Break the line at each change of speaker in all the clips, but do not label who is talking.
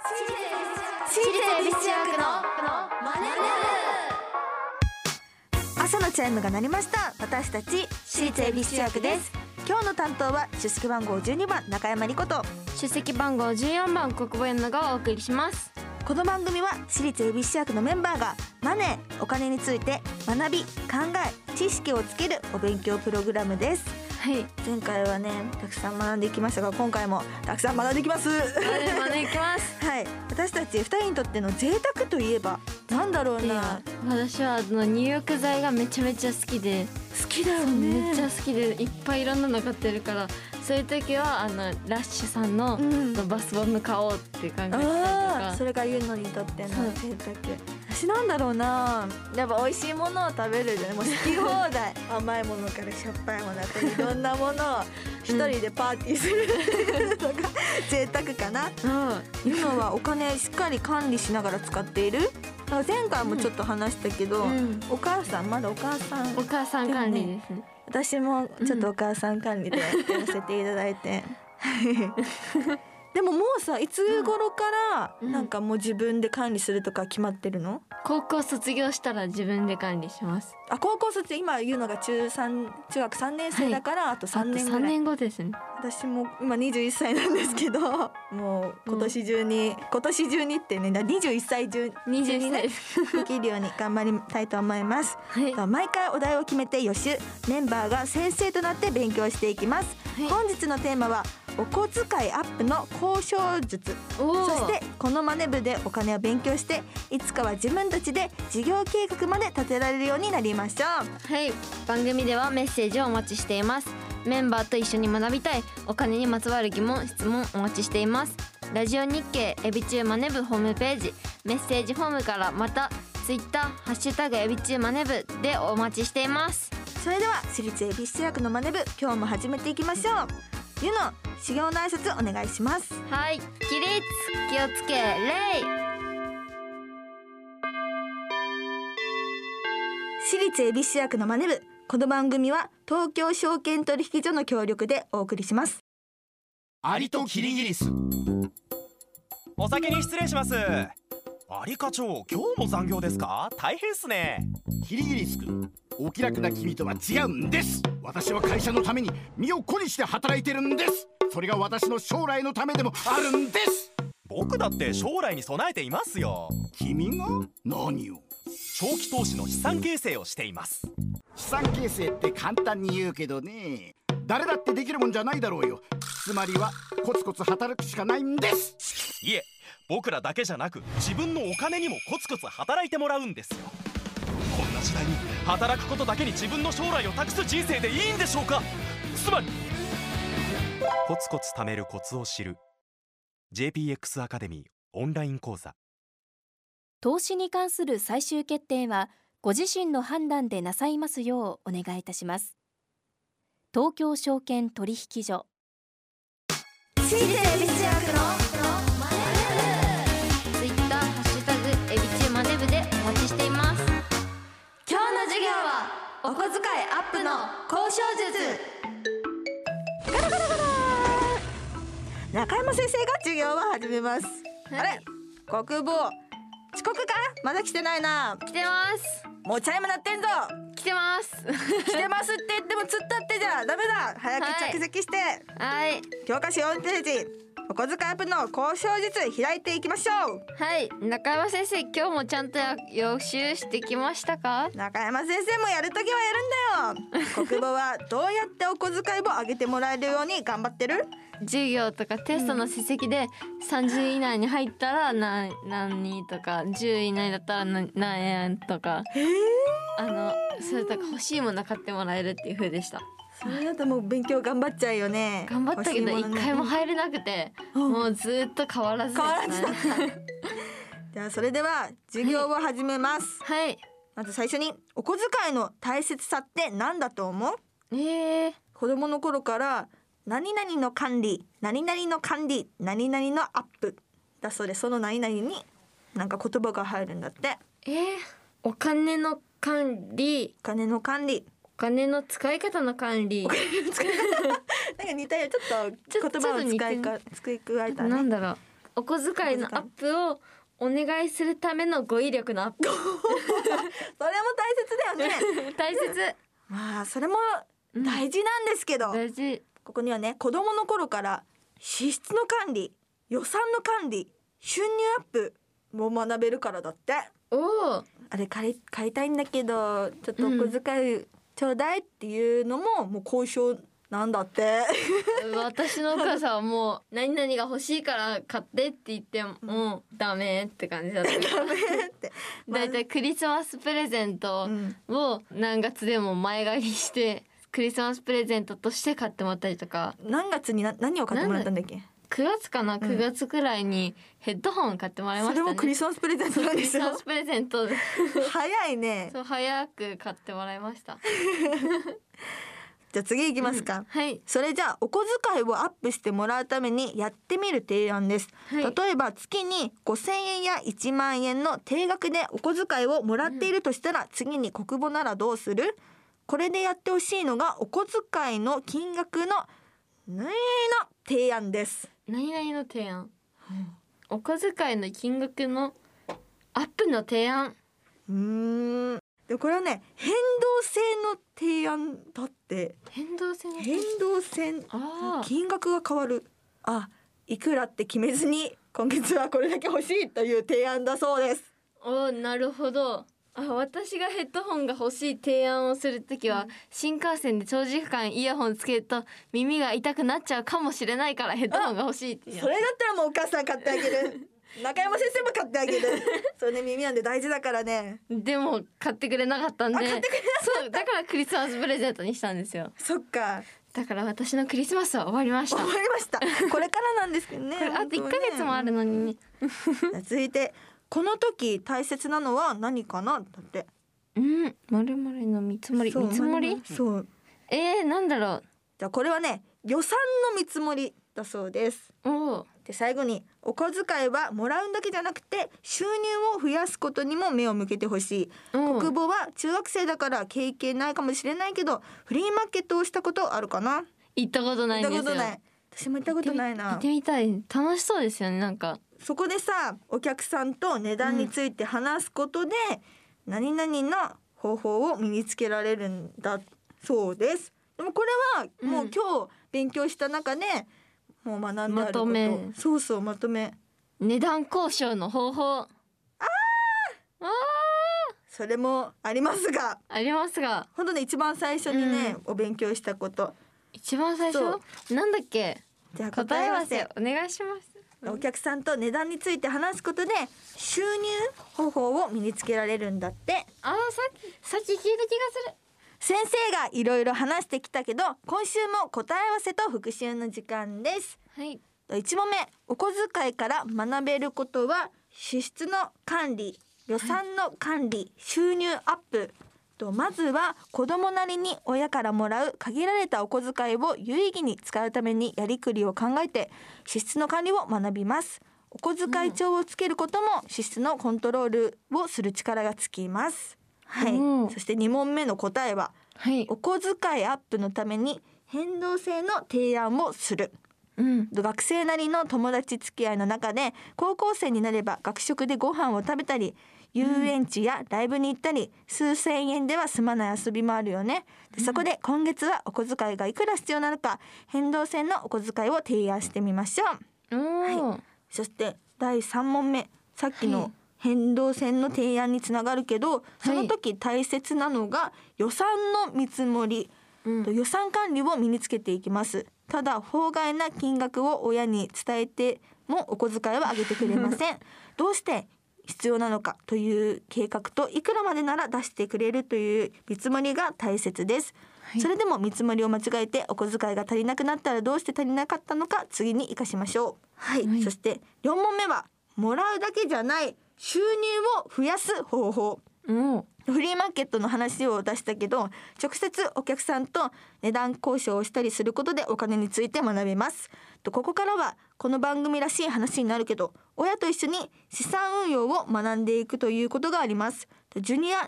私立恵比寿中学のマネ
朝のチャイムが鳴りました私たち
私立恵比寿中学です
今日の担当は出席番号12番中山理子と
出席番号14番国語のがお送りします
この番組は私立恵比寿中学のメンバーがマネーお金について学び考え知識をつけるお勉強プログラムです
はい
前回はねたくさん学んでいきましたが今回もたくさん学んでいきます
マネマネ行き ます
はい私たち2人にとっての贅沢といえばなんだろう
で
な
私はあの入浴剤がめちゃめちゃ好きで、
好きだよね
めっちゃ好きでいっぱいいろんなの買ってるからそういう時はあのラッシュさんの、
うん
バスボム買おうって考えたり
あ
とか
ーそれがユノにとっての
そう
贅沢私なんだろうなやっぱ美味しいものを食べるじゃんもう好き放 題甘いものからしょっぱいものといろんなものを一人でパーティーするのが贅沢か な
うん
ユノはお金しっかり管理しながら使っているだから前回もちょっと話したけど、
うん
お母さんまだお母さん
お母さん管理ですね
私もちょっとお母さん管理でやらせていただい て、でももうさいつ頃から
うん
なんかもう自分で管理するとか決まってるの、
高校卒業したら自分で管理します
あ高校卒今言うのが中三中学3年生だから、あと3年
あ
ぐら
と
い
3年後ですね
私も今21歳なんですけど もう今年中に、今年中にってねだから21歳中
21歳
ね
です
できるように頑張りたいと思います。
はい
さあ毎回お題を決めて予習メンバーが先生となって勉強していきます、
はい
本日のテーマはお小遣いアップの交渉術
おー
そしてこのマネ部でお金を勉強していつかは自分たちで事業計画まで立てられるようになりましょ
はい番組ではメッセージをお待ちしていますメンバーと一緒に学びたいお金にまつわる疑問質問お待ちしていますラジオ日経エビチューマネブホームページメッセージフォームからまたツイッターハッシュタグエビチューマネブでお待ちしています
うそれでは私立恵比寿中学のマネ部今日も始めていきましょうゆの修行の挨拶お願いします
はい起立気をつけ礼
私立恵比寿中学のマネ部この番組は東京証券取引所の協力でお送りします
アリとキリギリス
お先に失礼しますアリ課長今日も残業ですか大変っすね
キリギリス君お気楽な君とは違うんです私は会社のために身を粉にして働いてるんですそれが私の将来のためでもあるんです
僕だって将来に備えていますよ
君が何を
長期投資の資産形成をしています
資産形成って簡単に言うけどね誰だってできるもんじゃないだろうよつまりはコツコツ働くしかないんです
いえ僕らだけじゃなく自分のお金にもコツコツ働いてもらうんですよこんな時代に働くことだけに自分の将来を託す人生でいいんでしょうかつまりコツコツ貯めるコツを知る JPX アカデミーオンライン講座
投資に関する最終決定はご自身の判断でなさいますようお願いいたします東京証券取引所
私立恵比寿中学の
ツイッターハッシュタグエビチューマネブでお待ちしています
今日の授業はお小遣いアップの交渉術ガラガラガラ中山先生が授業を始めます、あれ国防遅刻かまだ来てないな
来てます
もうチャイム鳴ってんぞ
来てます
来てますって言っても突っ立ってじゃダメだ早
はい
く着席して、
はい
教科書4ページお小遣いアップの交渉術開いていきましょう
はい中山先生今日もちゃんと予習してきましたか
中山先生もやるときはやるんだよ国語はどうやってお小遣いを上げてもらえるように頑張ってる
授業とかテストの成績で30以内に入ったら何何とか10以内だったら何何円とかあのそれとか欲しいもの買ってもらえるっていう風でした
それだともう勉強頑張っちゃうよね
頑張ったけど
欲しい
一
のね
回も入れなくてもうずっと変わらずで
変わら
す
ず
ね
だったじゃあそれでは授業を始めます、
はい
まず最初にお小遣いの大切さって何だと思う
えー、
子供の頃から何々の管理何々の管理何々のアップだそうでその何々になんか言葉が入るんだって
えー、お金の管理
お金の管理
お金の使い方の管理
なんか似たよちょっと言葉を使いか使い加えた
なん
ね
だろうお小遣いのアップをお願いするための語彙力のアップ
それも大切だよね
大切
まあそれも
うん
大事なんですけど、
大事
ここにはね子供の頃から支出の管理予算の管理収入アップも学べるからだって
おお
あれ借り借りたいんだけどちょっとお小遣いちょうだいっていうのも、もう交渉なんだって
私のお母さんはもう 何々が欲しいから買ってって言ってもダメって感じ だった
ダメ って、まあ
だいたいクリスマスプレゼント
うん
を何月でも前借りしてクリスマスプレゼントとして買ってもらったりとか
何月にな何を買ってもらったんだっけ
9月かな
うん
9月くらいにヘッドホン買ってもらいま
そ
した
れ
ね
もクリスマスプレゼントなん
ク
で
リ
す
ス
よ
マスプレゼント
早いね
そう早く買ってもらいました
じゃあ次いきますか、
はい
それじゃあお小遣いをアップしてもらうためにやってみる提案です、
はい
例えば月に5,000円や1万円の定額でお小遣いをもらっているとしたら、次に国母ならどうするこれでやってほしいのがお小遣いの金額の何の提案です
何々の提案お小遣いの金額のアップの提案
うーんでこれはね変動性の提案だって
変動性の提
変
案
動線
あー
金額が変わるあいくらって決めずに今月はこれだけ欲しいという提案だそうです
おーなるほどあ私がヘッドホンが欲しい提案をするときは、新幹線で長時間イヤホンつけると耳が痛くなっちゃうかもしれないからヘッドホンが欲しいっていう
それだったらもうお母さん買ってあげ る中山先生も買ってあげるそれね耳なんで大事だからね
でも買ってくれなかったんで
あ買ってくれ
そうだからクリスマスプレゼントにしたんですよ
そっか
だから私のクリスマスは終わりまし
終
た
わ
こ
りましたこれからなんですけど ね
れあと1ヶ月もある
の
のにね
続いてこの時大切なのは何かなだって
うんまるまるの見積もり
そう
見積もり
そう
えー、なんだろ
じゃあこれはね予算の見積もりだそうです
うおー
で最後にお小遣いはもらうんだけじゃなくて収入を増やすことにも目を向けてほしい
お
久
ー
保は中学生だから経験ないかもしれないけどフリーマーケットをしたことあるかな
行ったことないん
行っ
です
た
よ
ことない私も行ったことない
行
な
ってみたい楽しそうですよねなんか
そこでさお客さんと値段について話すことで、何々の方法を身につけられるんだそうですでもこれはもう
うん
今日勉強した中で、もう学んであること
まとめ
そうそうまとめ
値段交渉の方法
それもありますが
ありますが
本当ね一番最初にね、お勉強したこと
一番最
そ
初なんだっけ
じゃあ
答
答
え
え
合
合
わ
わ
せ
せ
お願いします
お客さんと値段について話すことで収入方法を身につけられるんだって
あーさっきさっき聞いた気がする
先生がいろいろ話してきたけど今週も答え合わせと復習の時間です
はい
1問目お小遣いから学べることは支出の管理予算の管理、収入アップとまずは子供なりに親からもらう限られたお小遣いを有意義に使うためにやりくりを考えて支出の管理を学びますお小遣い帳をつけることも支出のコントロールをする力がつきますはい、
うん
そして2問目の答えは
はい
お小遣いアップのために変動性の提案をする
うん
学生なりの友達付き合いの中で高校生になれば学食でご飯を食べたり遊園地やライブに行ったり、数千円では済まない遊びもあるよねでそこで今月はお小遣いがいくら必要なのか変動線のお小遣いを提案してみましょう
おお、
そして第3問目さっき
はい
の変動線の提案につながるけど、そ
は
の
い
時大切なのが予算の見積もり
うん
と予算管理を身につけていきますただ法外な金額を親に伝えてもお小遣いはあげてくれま せんどうして必要なのかという計画といくらまでなら出してくれるという見積もりが大切です、
はい
それでも見積もりを間違えてお小遣いが足りなくなったらどうして足りなかったのか次に生かしましょうはい、
はい
そして4問目はもらうだけじゃない収入を増やす方法
おー
フリーマーケットの話を出したけど直接お客さんと値段交渉をしたりすることでお金について学べますとここからはこの番組らしい話になるけど親と一緒に資産運用を学んでいくということがありますとジュニア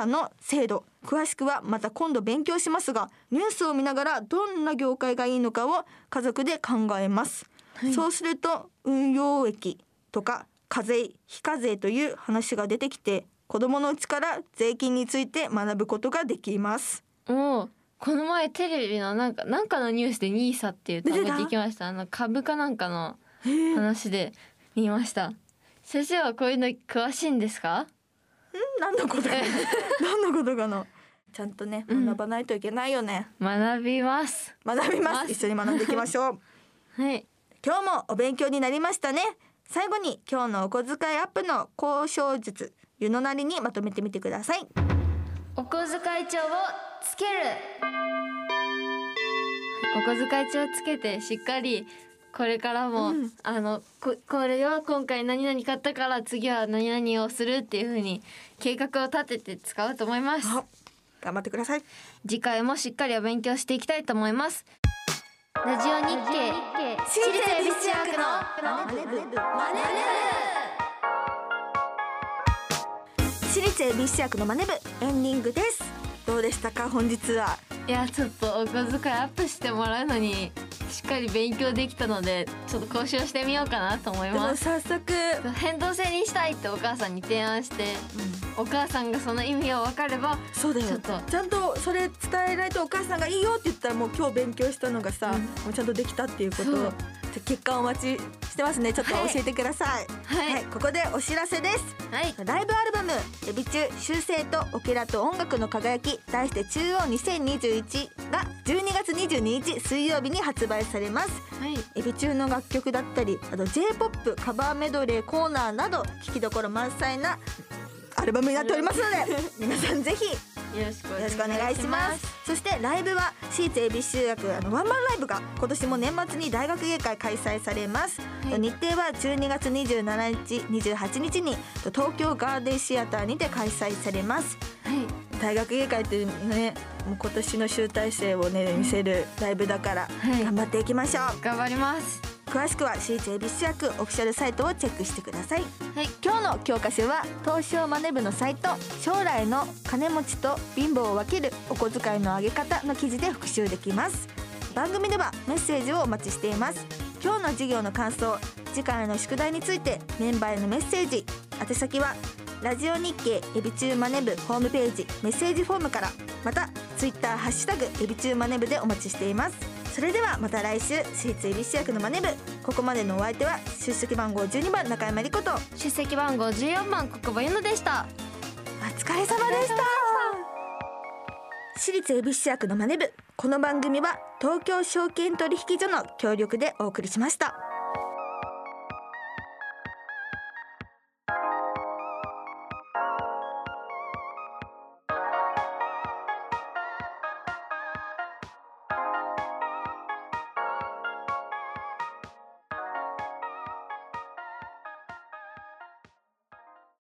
NISA の制度詳しくはまた今度勉強しますがニュースを見ながらどんな業界がいいのかを家族で考えますそうすると運用益とか課税非課税という話が出てきて子どものうちから税金について学ぶことができます。
おおこの前テレビのなんかなんかのニュースでニーサっていう単
出
語
てた
聞きましたあの株かなんかの話で見ました先生はこういうの詳しいんですか
何のことかな 何のことかなちゃんとね
うん
学ばないといけないよね、
学びます
学びま
ます
す一緒に学んでいきましょ う
はい
今日もお勉強になりましたね最後に今日のお小遣いアップの交渉術湯のなりにまとめてみてください
お小遣い帳をつけるお小遣い帳つけてしっかりこれからも、あのここれは今回何々買ったから次は何々をするっていう風に計画を立てて使うと思います
あ頑張ってください
次回もしっかりお勉強していきたいと思いますラジオ日経
私立恵比寿中学のマネブマネブ私立恵比寿中学のマネブエンディングですどうでしたか本日はい
やちょっとお小遣いアップしてもらうのにしっかり勉強できたのでちょっと交渉してみようかなと思い
でも
ます
早速、
変動制にしたいってお母さんに提案してお母さんがその意味を分かれば
そうだよ
ちょっと
ちゃんとそれ伝えないとお母さんがいいよって言ったらもう今日勉強したのがさ、
うん
もうちゃんとできたっていうことを
そう
じゃあ結果をお待ちしてますねちょっと
はい
教えてください
はい
ここでお知らせです
はい
ライブアルバム「エビ中修正とオケラと音楽の輝き」題して「中央2021」が12月22日水曜日に発売されます
はい
エビ中の楽曲だったりあと J−POP カバーメドレーコーナーなど聴きどころ満載なアルバムになっておりますので皆さんぜひ
よろしく
よろしくお願いしますそしてライブは私立恵比寿中学あのワンマンライブが今年も年末に大学芸会開催されます、
はい
日程は12月27日28日に東京ガーデンシアターにて開催されます
はい
大学芸会っていうねもう今年の集大成をね見せるライブだから
はい
頑張っていきましょう、
頑張ります
詳しくは私立恵比寿中学オフィシャルサイトをチェックしてください
はい
今日の教科書は東証マネ部のサイト将来の金持ちと貧乏を分けるお小遣いの上げ方の記事で復習できます番組ではメッセージをお待ちしています今日の授業の感想次回の宿題についてメンバーへのメッセージ宛先はラジオ日経エビチューマネ部ホームページメッセージフォームからまたツイッターハッシュタグエビチューマネ部でお待ちしていますそれではまた来週私立エビ主役のマネ部ここまでのお相手は出席番号12番中山莉子と
出席番号14番国母ゆのでした
お疲れ様でした私立恵比寿中学のマネ部この番組は東京証券取引所の協力でお送りしました